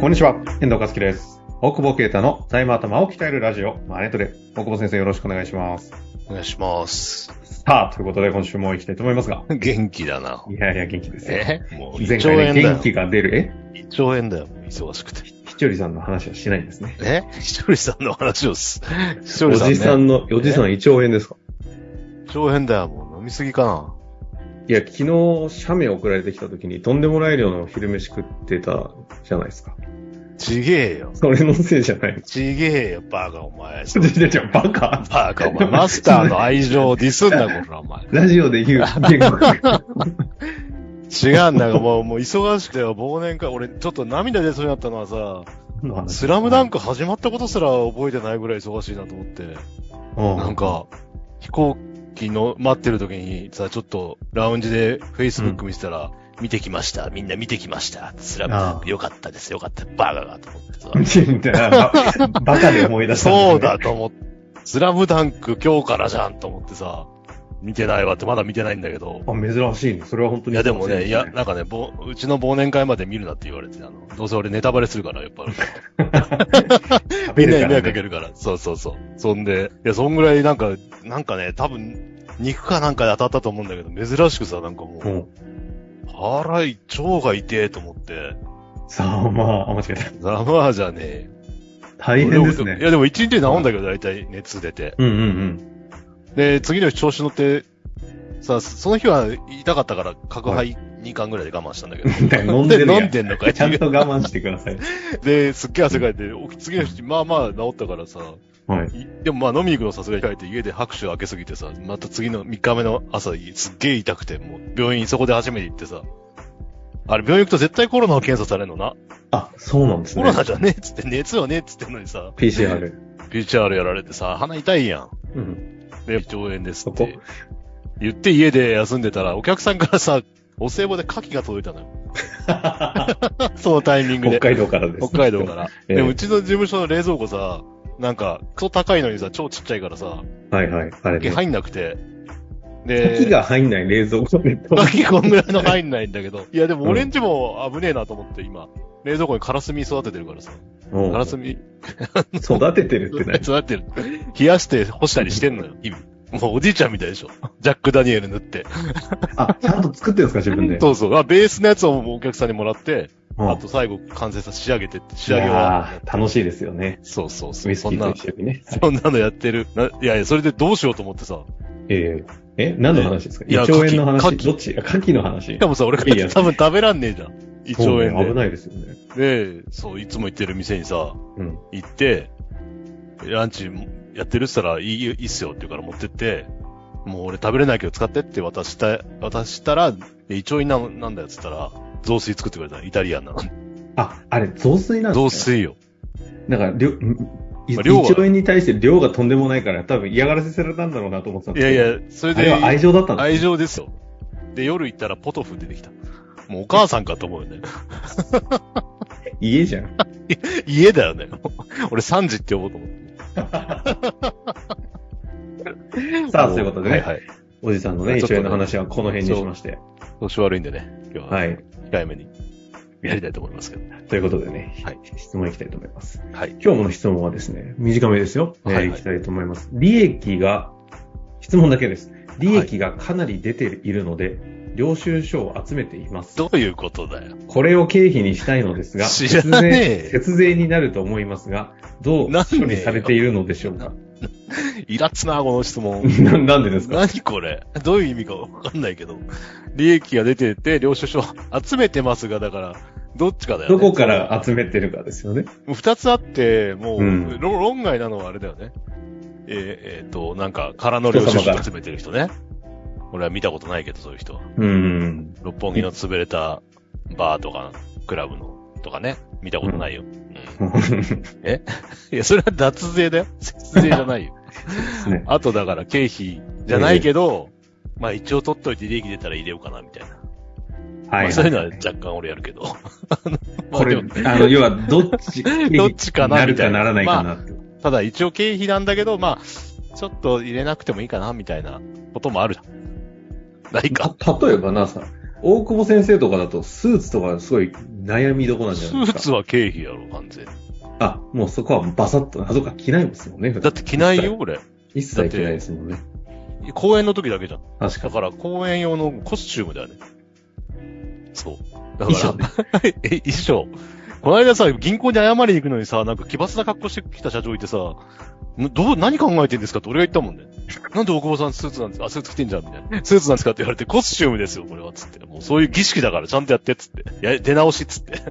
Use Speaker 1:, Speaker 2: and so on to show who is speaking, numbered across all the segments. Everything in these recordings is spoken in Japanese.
Speaker 1: こんにちは、遠藤和樹です。大久保啓太の財務頭を鍛えるラジオ、マネトレ。大久保先生よろしくお願いします。
Speaker 2: お願いします。
Speaker 1: さあ、ということで今週も行きたいと思いますが。
Speaker 2: 元気だな。
Speaker 1: いやいや、元気ですよ。
Speaker 2: えもう
Speaker 1: 前
Speaker 2: 1兆
Speaker 1: 回ね、
Speaker 2: 円だよ
Speaker 1: 元。気が出る、え
Speaker 2: 1兆円だよ。忙しくて。
Speaker 1: ひちょりさんの話はしないんですね。
Speaker 2: えひとりさんの話をす。ひと
Speaker 1: お
Speaker 2: りさん、ね。
Speaker 1: じさんの、おじさん1兆円ですか
Speaker 2: 1兆円だよ。もう飲みすぎかな。
Speaker 1: いや、昨日、写メ送られてきた時にとんでもない量の昼飯食ってたじゃないですか。
Speaker 2: ちげえよ。
Speaker 1: それのせいじゃない。
Speaker 2: ちげえよ、バカお 前。
Speaker 1: ちょ、ちょ、ちょ、バカ。
Speaker 2: バカお前。マスターの愛情をディスんな、こら、お前。
Speaker 1: ラジオで 言う言語。
Speaker 2: 違うんだよ。もう、もう忙しくてよ、忘年会。俺、ちょっと涙出そうになったのはさ、スラムダンク始まったことすら覚えてないぐらい忙しいなと思って。なんか、飛行機の待ってる時にさ、ちょっとラウンジで Facebook 見てたら、見てきました、みんな見てきました、スラムダン
Speaker 1: ああ
Speaker 2: クよかったです、よかった、バカがと思ってさ。
Speaker 1: みたいな、ババカで思い出したん
Speaker 2: そう
Speaker 1: ですね
Speaker 2: だと思って、スラムダンク今日からじゃんと思ってさ、見てないわってまだ見てないんだけど。
Speaker 1: あ、珍しいね。それは本当
Speaker 2: い
Speaker 1: に。
Speaker 2: やでもね、いや、なんかね、ぼうちの忘年会まで見るなって言われて、あの、どうせ俺ネタバレするから、やっぱ。
Speaker 1: 食べるから
Speaker 2: みんなに迷惑
Speaker 1: ね
Speaker 2: かけるから。そうそうそう。そんで、いや、そんぐらいなんか、なんかね、多分、肉かなんかで当たったと思うんだけど、珍しくさ、なんかも
Speaker 1: う
Speaker 2: う、
Speaker 1: ん。
Speaker 2: 腹い、腸が痛えと思って、
Speaker 1: さあ、まあ、あ間違えた。
Speaker 2: ざまあじゃねえ。
Speaker 1: 大変です
Speaker 2: いや、
Speaker 1: ね。
Speaker 2: でも一日で治んだけど、大体熱出て。
Speaker 1: うんうんうん。
Speaker 2: で、次の日調子乗って、さ、その日は痛かったから、角杯2巻ぐらいで我慢したんだけど。
Speaker 1: 飲んでるやん
Speaker 2: 飲んでんのかい
Speaker 1: ちゃんと我慢してください。
Speaker 2: で、すっげえ汗かいて、お次の日、まあまあ治ったからさ、
Speaker 1: はい。
Speaker 2: いでもまあ飲みに行くのさすがに控えて家で拍手を開けすぎてさ、また次の3日目の朝、すっげえ痛くて、もう病院そこで初めて行ってさ、あれ病院行くと絶対コロナの検査されるのな。
Speaker 1: あ、そうなんです
Speaker 2: コ
Speaker 1: ね
Speaker 2: ロ。ナじゃねえっつって、熱はねえっつってんのにさ、
Speaker 1: PCR。
Speaker 2: PCR やられてさ、鼻痛いやん。
Speaker 1: うん。
Speaker 2: で、胃腸炎ですっ
Speaker 1: そ
Speaker 2: て。言って家で休んでたら、お客さんからさ、お歳暮で牡蠣が届いたのよ。そのタイミング
Speaker 1: 北
Speaker 2: で。
Speaker 1: 海道からです。
Speaker 2: 北海道から。
Speaker 1: ええ
Speaker 2: でもうちの事務所の冷蔵庫さ、なんか、クソ高いのにさ、超ちっちゃいからさ、
Speaker 1: はいはい。あれ
Speaker 2: 牡蠣
Speaker 1: ね。
Speaker 2: 入んなくて。で、
Speaker 1: 火が入んない冷蔵庫で。
Speaker 2: 牡蠣こんぐらいの入んないんだけど。いや、でも俺んちも危ねえなと思って、今。冷蔵庫にカラスミ育ててるからさ。
Speaker 1: うん
Speaker 2: カラスミ
Speaker 1: 育ててるってね。
Speaker 2: 育ててる。冷やして干したりしてんのよ、日々。もうおじいちゃんみたいでしょ。ジャック・ダニエル塗って。
Speaker 1: あ、ちゃんと作ってるんですか、自分で。
Speaker 2: そうそう。あベースのやつをお客さんにもらって、
Speaker 1: うん
Speaker 2: あと最後完成さ仕上げてって、仕
Speaker 1: い
Speaker 2: 上げは。
Speaker 1: やー楽しいですよね。
Speaker 2: そうそうそ
Speaker 1: ウ
Speaker 2: う。
Speaker 1: イス
Speaker 2: そ
Speaker 1: キ
Speaker 2: ん
Speaker 1: ー
Speaker 2: な
Speaker 1: と、一緒にね。
Speaker 2: そんなのやってる。ないやいや、それでどうしようと思ってさ。
Speaker 1: えええ、何の話ですか
Speaker 2: いや
Speaker 1: 胃腸炎の
Speaker 2: 牡
Speaker 1: 話
Speaker 2: 蠣
Speaker 1: どっちあ牡蠣の話
Speaker 2: しか。もさ、俺
Speaker 1: いやいや
Speaker 2: 多分食べらんねえじゃん。胃腸
Speaker 1: そうね
Speaker 2: 炎
Speaker 1: 危ないですよね。
Speaker 2: で。で、そう、いつも行ってる店にさ、
Speaker 1: うん。
Speaker 2: 行って、ランチやってるって言ったら、いい、いいっすよって言うから持ってって、もう俺食べれないけど使ってって渡した、渡したら、え胃腸炎ななんだよって言ったら、雑炊作ってくれたのイタリアンなの。
Speaker 1: あ、あれ、雑炊なんですね。
Speaker 2: 雑炊よ。
Speaker 1: なんか、りょんい胃腸
Speaker 2: まあ量は
Speaker 1: 炎に対して量がとんでもないから、多分嫌がらせされたんだろうなと思ってたん
Speaker 2: い
Speaker 1: です
Speaker 2: や
Speaker 1: け
Speaker 2: い
Speaker 1: ど。あ
Speaker 2: や、それ
Speaker 1: れ
Speaker 2: で、
Speaker 1: は愛情だったんです
Speaker 2: 愛情ですよ。で、夜行ったらポトフ出てきた。もうお母さんかと思うよね。
Speaker 1: 家じゃん。
Speaker 2: 家だよね。俺3時って呼ぼうと思って。
Speaker 1: さあ、ということでね、
Speaker 2: はいはい。
Speaker 1: おじさんのね、胃
Speaker 2: ち
Speaker 1: 腸
Speaker 2: ょっ
Speaker 1: 炎
Speaker 2: とね
Speaker 1: の話はこの辺にしまして。
Speaker 2: 調子悪いんでね。今日は
Speaker 1: はい。
Speaker 2: 控えめにやりたいと思いますけど。
Speaker 1: ということでね、
Speaker 2: はい
Speaker 1: 質問いきたいと思います。
Speaker 2: はい。
Speaker 1: 今日の質問はですね、短めですよ。
Speaker 2: はい
Speaker 1: は、
Speaker 2: はいい
Speaker 1: いきたいと思います。利益が、質問だけです。利益がかなり出ているので、領収書を集めています。
Speaker 2: どういうことだよ。
Speaker 1: これを経費にしたいのですが、
Speaker 2: 知ら
Speaker 1: 節
Speaker 2: ねえ
Speaker 1: 税節税になると思いますが、どう
Speaker 2: なんでよ
Speaker 1: 処理されているのでしょうか。
Speaker 2: イラつな、この質問。
Speaker 1: ななんでですか
Speaker 2: 何これどういう意味かわかんないけど。利益が出てて、領収書集めてますが、だから、どっちかだよ、ね。
Speaker 1: どこから集めてるかですよね。
Speaker 2: もう二つあって、もう、
Speaker 1: うん
Speaker 2: ろ論外なのはあれだよね。えーえーと、なんか、空の領
Speaker 1: 人
Speaker 2: 収
Speaker 1: 様
Speaker 2: 書
Speaker 1: が
Speaker 2: 集めてる人ね。俺は見たことないけど、そういう人は。
Speaker 1: うん。
Speaker 2: 六本木の潰れたバーとか、クラブの、とかね。見たことないよ。うん。いや、それは脱税 だよ。節税じゃないよ。
Speaker 1: ね
Speaker 2: あとだから経費じゃないけど、まあ一応取っといて利益出たら入れようかな、みたいな。
Speaker 1: は
Speaker 2: まあそういうのは若干俺やるけど。 ま
Speaker 1: こ
Speaker 2: あで
Speaker 1: れ
Speaker 2: も、
Speaker 1: あの、要は、どっち、
Speaker 2: どっちかな
Speaker 1: なる
Speaker 2: みた
Speaker 1: か
Speaker 2: いな
Speaker 1: ならないかなって。
Speaker 2: ただ一応経費なんだけど、まあ、ちょっと入れなくてもいいかな、みたいなこともあるじゃん。ないか。
Speaker 1: た例えばなさ、大久保先生とかだと、スーツとかすごい悩みどこなんじゃ
Speaker 2: ス
Speaker 1: ないです
Speaker 2: ー
Speaker 1: か。
Speaker 2: ツは経費やろ、完全に。
Speaker 1: あ、もうそこはバサッと、あ、そっか、着ないですもんね。
Speaker 2: だって着ないよ、俺。
Speaker 1: 一切。一切着ないですもんね。
Speaker 2: 公演の時だけじゃん。
Speaker 1: 確か
Speaker 2: だ
Speaker 1: に。
Speaker 2: から、公演用のコスチュームだよね。そう。だか
Speaker 1: 衣
Speaker 2: ら、
Speaker 1: 装ね。
Speaker 2: え、衣装。この間さ、銀行に謝りに行くのにさ、なんか奇抜な格好してきた社長いてさ、んどう、何考えてんですかって俺が言ったもんね。なんで大久保さんスーツなんですかあ、スーツ着てんじゃんみたいな。スーツなんですかって言われて、コスチュームですよ、これは。つって。もうそういう儀式だから、ちゃんとやって、つって。や、出直し、つって。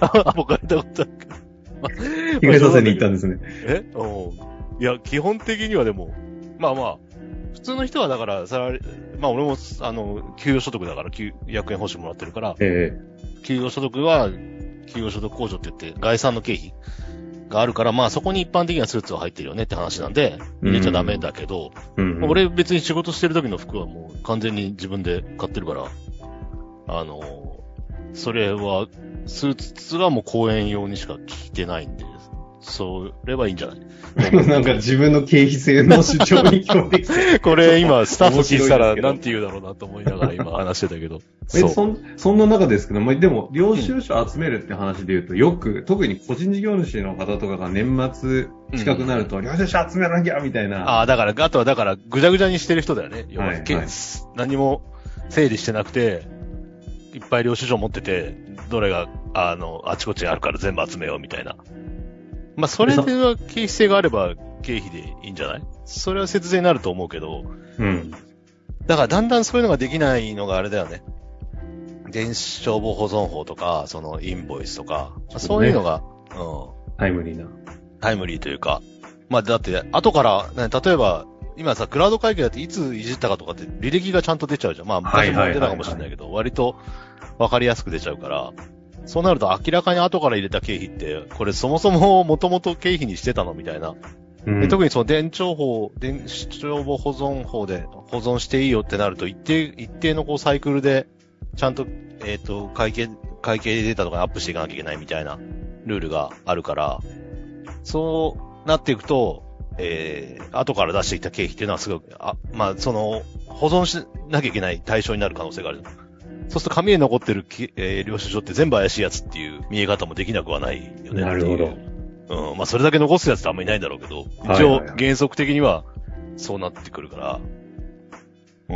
Speaker 2: あ、もう書いたことあるけど。まあ
Speaker 1: 着替えさせに行ったんですね。
Speaker 2: えうん。いや、基本的にはでも、まあまあ、普通の人はだから、サラリーまあ俺も、あの、給与所得だから、給役員報酬もらってるから、
Speaker 1: え
Speaker 2: 給与所得は、給与所得控除って言って、概算の経費があるから、まあそこに一般的にはスーツは入ってるよねって話なんで、入れちゃダメだけど、
Speaker 1: えうん。
Speaker 2: 俺別に仕事してる時の服はもう完全に自分で買ってるから、あの、それは、スーツはもう公演用にしか着てないんで、それはいいんじゃな い
Speaker 1: なんか自分の経費性の主張に聞こえてきて。
Speaker 2: これ今、スタッフ聞いてた
Speaker 1: 面白いです
Speaker 2: ら、
Speaker 1: けど
Speaker 2: なんて言うだろうなと思いながら今話してたけ ど。
Speaker 1: え
Speaker 2: そう。
Speaker 1: そんそんな中ですけど、まあ、でも、領収書集めるって話で言うと、よく、特に個人事業主の方とかが年末近くなると、領収書集めなきゃみたいな。
Speaker 2: ああ、だから、あとはだから、ぐちゃぐちゃにしてる人だよね。要は
Speaker 1: はい
Speaker 2: け
Speaker 1: はい
Speaker 2: 何も整理してなくて、いっぱい領収書持ってて、どれが、あの、あちこちあるから全部集めようみたいな。まあ、それでは経費性があれば経費でいいんじゃないそれは節税になると思うけど、
Speaker 1: うん。
Speaker 2: だからだんだんそういうのができないのがあれだよね。電子帳簿保存法とか、そのインボイスとか、まあそういうのが、うん。
Speaker 1: タイムリーな。
Speaker 2: タイムリーというか、まあだって、後から、ね、例えば、今さ、クラウド会計だっていついじったかとかって履歴がちゃんと出ちゃうじゃん。まあ
Speaker 1: はい
Speaker 2: 昔
Speaker 1: はいはい
Speaker 2: も
Speaker 1: はい
Speaker 2: 出たかもしれないけど、割と分かりやすく出ちゃうから、そうなると明らかに後から入れた経費って、これそもそも元々経費にしてたのみたいな。
Speaker 1: うん
Speaker 2: で特にその伝承法、伝承簿保存法で保存していいよってなると、一定、一定のこうサイクルで、ちゃんと、えっ、と、会計、会計データとかにアップしていかなきゃいけないみたいなルールがあるから、そうなっていくと、えー、後から出してきた経費っていうのはすごく、あ、まあ、その、保存しなきゃいけない対象になる可能性がある。そうすると紙に残ってるき、えー領収書って全部怪しいやつっていう見え方もできなくはないよねっていう。
Speaker 1: なるほど。
Speaker 2: うん、まあそれだけ残すやつってあんまりいないんだろうけど、
Speaker 1: はい
Speaker 2: 一
Speaker 1: はい
Speaker 2: 応
Speaker 1: はい
Speaker 2: 原則的にはそうなってくるから、う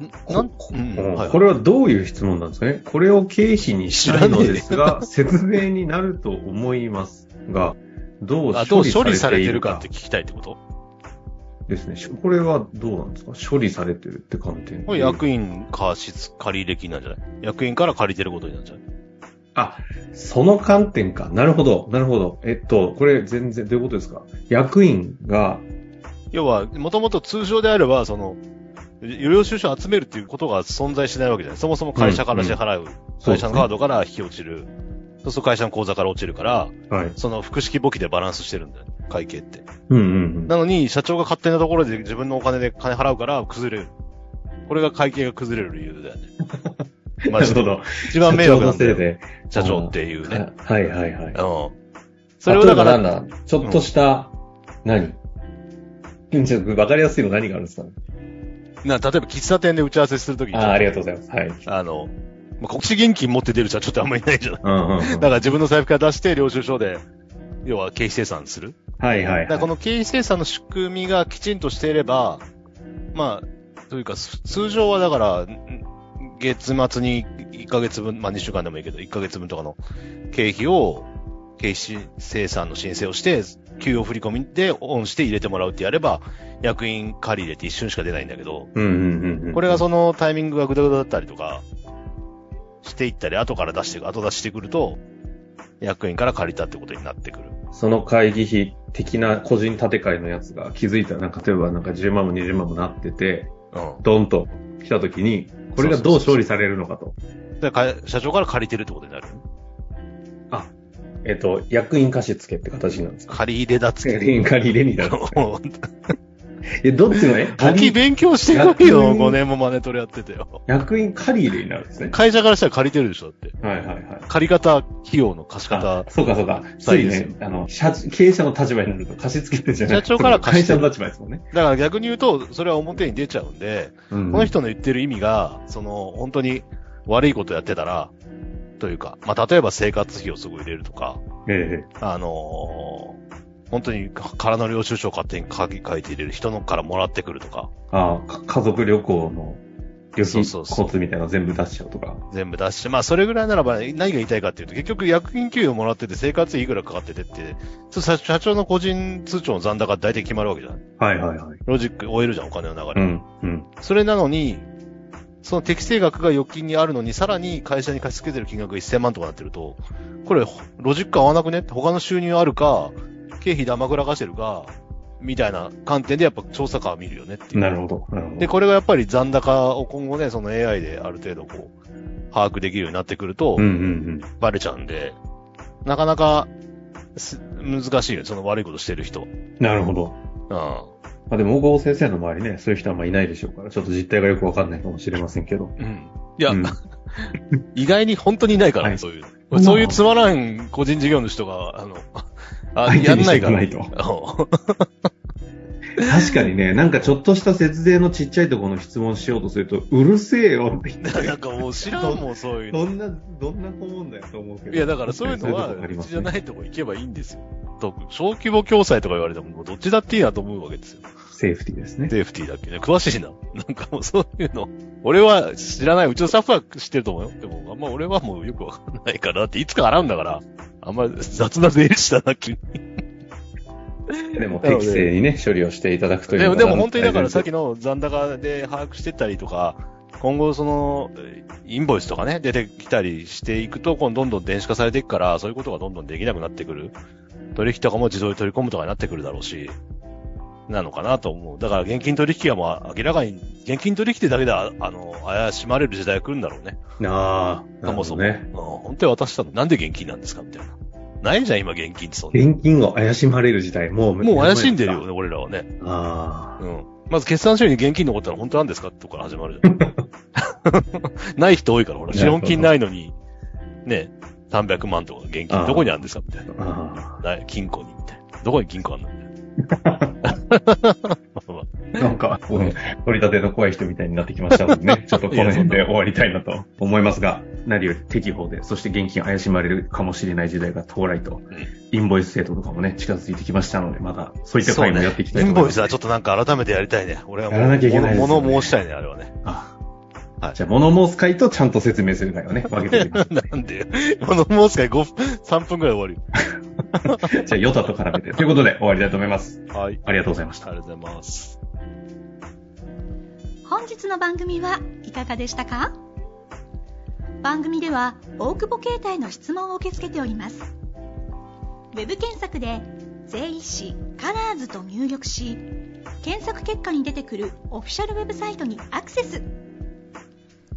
Speaker 2: ん。んなん、うん、はい
Speaker 1: これはどういう質問なんですかねこれを経費にしたいのですが、節税になると思いますが、どう
Speaker 2: あ、ど
Speaker 1: 処
Speaker 2: う
Speaker 1: 理
Speaker 2: 処理さ
Speaker 1: されて
Speaker 2: れ
Speaker 1: い
Speaker 2: て
Speaker 1: る
Speaker 2: るか
Speaker 1: か
Speaker 2: って聞きたいってこと
Speaker 1: ですね。これはどうなんですか処理されてるって観点で。
Speaker 2: これ役員貸し、借り歴なんじゃない役員から借りてることになるんじゃない
Speaker 1: その観点か。なるほど。なるほど。えっと、これ全然、どういうことですか役員が、
Speaker 2: 要は、もともと通常であれば、その、領収書を集めるっていうことが存在しないわけじゃない。そもそも会社から支払う。
Speaker 1: そう
Speaker 2: 会
Speaker 1: です
Speaker 2: 社
Speaker 1: ね
Speaker 2: のカードから引き落ちる。そうすると会社の口座から落ちるから、
Speaker 1: はい。
Speaker 2: その複式簿記でバランスしてるんだよ。会計って。
Speaker 1: うんうん
Speaker 2: なのに、社長が勝手なところで自分のお金で金払うから崩れる。これが会計が崩れる理由だよね。
Speaker 1: うん。
Speaker 2: マジで。
Speaker 1: ど。
Speaker 2: 一番迷惑なんだ
Speaker 1: 社長のせいで。
Speaker 2: よ。社長っていうね。
Speaker 1: はいはいはい。
Speaker 2: うん。それをだか
Speaker 1: 例えばな
Speaker 2: ら、
Speaker 1: んだ、ちょっとした、何ちょっとわかりやすいの何があるんですか
Speaker 2: な例えば喫茶店で打ち合わせするときに、
Speaker 1: ああ、ありがとうございます。はい。
Speaker 2: あの、まあ、国士現金持って出る人はちょっとあんまりいないじゃない。
Speaker 1: うんうんうん
Speaker 2: だから自分の財布から出して領収書で、要は経費生産する。
Speaker 1: はいはい
Speaker 2: だから
Speaker 1: は
Speaker 2: こ
Speaker 1: い。
Speaker 2: の経費生産の仕組みがきちんとしていれば、まあ、というか、す通常はだから、ん月末に1ヶ月分、まあ2週間でもいいけど、1ヶ月分とかの経費を、経費生産の申請をして、給与振り込みでオンして入れてもらうってやれば、役員借り入れて一瞬しか出ないんだけど、
Speaker 1: うんうんうんうん。
Speaker 2: これがそのタイミングがぐだぐだだったりとか、していったり、後から出して、後出してくると、役員から借りたってことになってくる。
Speaker 1: その会議費的な個人建て替えのやつが気づいたら、なんか例えばなんか10万も20万もなってて、
Speaker 2: うん。
Speaker 1: ドンと来た時に、これがどう処理されるのかと。
Speaker 2: だからか社長から借りてるってことになる。
Speaker 1: えっと、役員貸し付けって形なんですか
Speaker 2: 借り入れだっつっ
Speaker 1: 役員
Speaker 2: て。
Speaker 1: 借り入れになるんですね。 え、どっちのね、カ
Speaker 2: 時
Speaker 1: リ
Speaker 2: 勉強してこい
Speaker 1: や
Speaker 2: よ、
Speaker 1: ってみ
Speaker 2: 5年もマネトレやっててよ。
Speaker 1: 役員借り入れになるんですね。
Speaker 2: 会社からしたら借りてるでしょ、だって。
Speaker 1: はいはいはい。
Speaker 2: 借り方、費用の貸し
Speaker 1: あ
Speaker 2: 方。
Speaker 1: そうかそうか。ついね、あの、社、経営者の立場になると貸し付けてじゃない
Speaker 2: 社長から貸し
Speaker 1: 会
Speaker 2: 付
Speaker 1: 社
Speaker 2: け
Speaker 1: の立場ですもんね。
Speaker 2: だから逆に言うと、それは表に出ちゃうんで、
Speaker 1: うん
Speaker 2: この人の言ってる意味が、その、本当に悪いことやってたら、というか、まあ、例えば生活費をすごい入れるとか、
Speaker 1: え
Speaker 2: あのー本当に空の領収書を勝手に書き書いて入れる人のからもらってくるとか、
Speaker 1: えあか家族旅行の旅
Speaker 2: そう
Speaker 1: 費
Speaker 2: そうそう
Speaker 1: コツみたいなの全部出しちゃうとか。
Speaker 2: 全部出して、まあそれぐらいならば何が言いたいかっていうと、結局役員給与もらってて生活費いくらかかっててって、そ社社長の個人通帳の残高大体決まるわけじゃん。
Speaker 1: はいはいはい。
Speaker 2: ロジック終えるじゃん、お金の流
Speaker 1: う
Speaker 2: れ。
Speaker 1: ん、うん。
Speaker 2: それなのに、その適正額が預金にあるのに、さらに会社に貸し付けてる金額が1000万とかなってると、これ、ほロジック合わなくねって他の収入あるか、経費まぐらかしてるか、みたいな観点でやっぱ調査官は見るよねっていう。
Speaker 1: なるほど。なるほど。
Speaker 2: で、これがやっぱり残高を今後ね、その AI である程度こう、把握できるようになってくると
Speaker 1: うん、うん
Speaker 2: バレちゃうんで、なかなかす、難しいよね、その悪いことしてる人。うん。
Speaker 1: うん。なるほど。まあでも、大郷先生の周りね、そういう人はあんまいないでしょうから、ちょっと実態がよくわかんないかもしれませんけど。
Speaker 2: うん。いや、
Speaker 1: うん
Speaker 2: 意外に本当にいないから、
Speaker 1: はい
Speaker 2: そういう。そういうつまらん個人事業の人が、あ の、あ
Speaker 1: 相
Speaker 2: や
Speaker 1: 手
Speaker 2: ん
Speaker 1: に
Speaker 2: な
Speaker 1: して
Speaker 2: いか
Speaker 1: こ
Speaker 2: ら。
Speaker 1: な
Speaker 2: う
Speaker 1: いと
Speaker 2: ん
Speaker 1: 確かにね、なんかちょっとした節税のちっちゃいところの質問しようとすると、うるせえよって言っ
Speaker 2: な
Speaker 1: て
Speaker 2: ん。かもう知らんもん、そう いうの。
Speaker 1: どんな、どんな顧問だよと思うけど。
Speaker 2: いや、だからそういうのは、
Speaker 1: そういうとこあり
Speaker 2: う
Speaker 1: ま
Speaker 2: ち
Speaker 1: す
Speaker 2: じゃ
Speaker 1: ね
Speaker 2: ないとこ行けばいいんですよ。と小規模共済とか言われても、もうどっちだっていいなと思うわけですよ。
Speaker 1: セーフティーですね。
Speaker 2: セーフティーだっけね。詳しいな。 なんかもうそういうの。俺は知らない。うちのスタッフは知ってると思うよ。でも、あんま俺はもうよくわかんないから。だっていつか洗うんだから。あんま雑な税理士だな、君。
Speaker 1: でも適正にね、処理をしていただくという
Speaker 2: で
Speaker 1: の
Speaker 2: も、
Speaker 1: が
Speaker 2: でも本当にだからさっき
Speaker 1: 大
Speaker 2: の残高で把握してったりとか、今後その、えーインボイスとかね、出てきたりしていくと、今度どんどん電子化されていくから、そういうことがどんどんできなくなってくる。取引とかも自動で取り込むとかになってくるだろうし、なのかなと思う。だから現金取引はもう明らかに、現金取引だけで、ああの、怪しまれる時代が来るんだろうね。
Speaker 1: 事ああ、
Speaker 2: そもそも。
Speaker 1: なるほどね。
Speaker 2: うん本当に渡したの、なんで現金なんですかみたいな。ないじゃん、今現金ってそんな。
Speaker 1: 現金が怪しまれる時代、もう。
Speaker 2: もう怪しんでるよ。ね、俺らはね。
Speaker 1: あ
Speaker 2: うん。まず決算書に現金残ったら本当なんですかってとこから始まるじゃん。 ない人多いから、ほら、資本金ないのに、ね、300万とか現金
Speaker 1: あー
Speaker 2: どこにあるんですかみたい
Speaker 1: あ。あ
Speaker 2: な。ない金庫に、みたいな。どこに金庫あんのみたい なまあまあ。
Speaker 1: あ。 なんか、うん取り立ての怖い人みたいになってきましたもんね。ちょっとこの辺で終わりたいなと思いますが、何より適法で、そして現金怪しまれるかもしれない時代が到来と、インボイス制度とかもね、近づいてきましたので、また、そういった回もやっていきたい
Speaker 2: イ
Speaker 1: と思
Speaker 2: ン
Speaker 1: い
Speaker 2: ボ
Speaker 1: ま
Speaker 2: イ
Speaker 1: す
Speaker 2: ス。はちょっとなんか改めてやりたいね。俺はも
Speaker 1: やらなきゃいけな
Speaker 2: う、
Speaker 1: いですよね
Speaker 2: 物物申したいね、あれはね。
Speaker 1: あ
Speaker 2: はい
Speaker 1: じゃあ、物申す回とちゃんと説明する回をね、分けてみま す。
Speaker 2: なんで、物申すか5分、3分くらい終わ
Speaker 1: じゃあ、ヨタと絡めて。ということで、終わりたいと思います。
Speaker 2: るよ。はい。
Speaker 1: ありがとうございました。
Speaker 2: ありがとうございます。
Speaker 3: 本日の番組はいかがでしたか番組では大久保携帯の質問を受け付けておりますウェブ検索で「税理士カラーズと入力し検索結果に出てくるオフィシャルウェブサイトにアクセス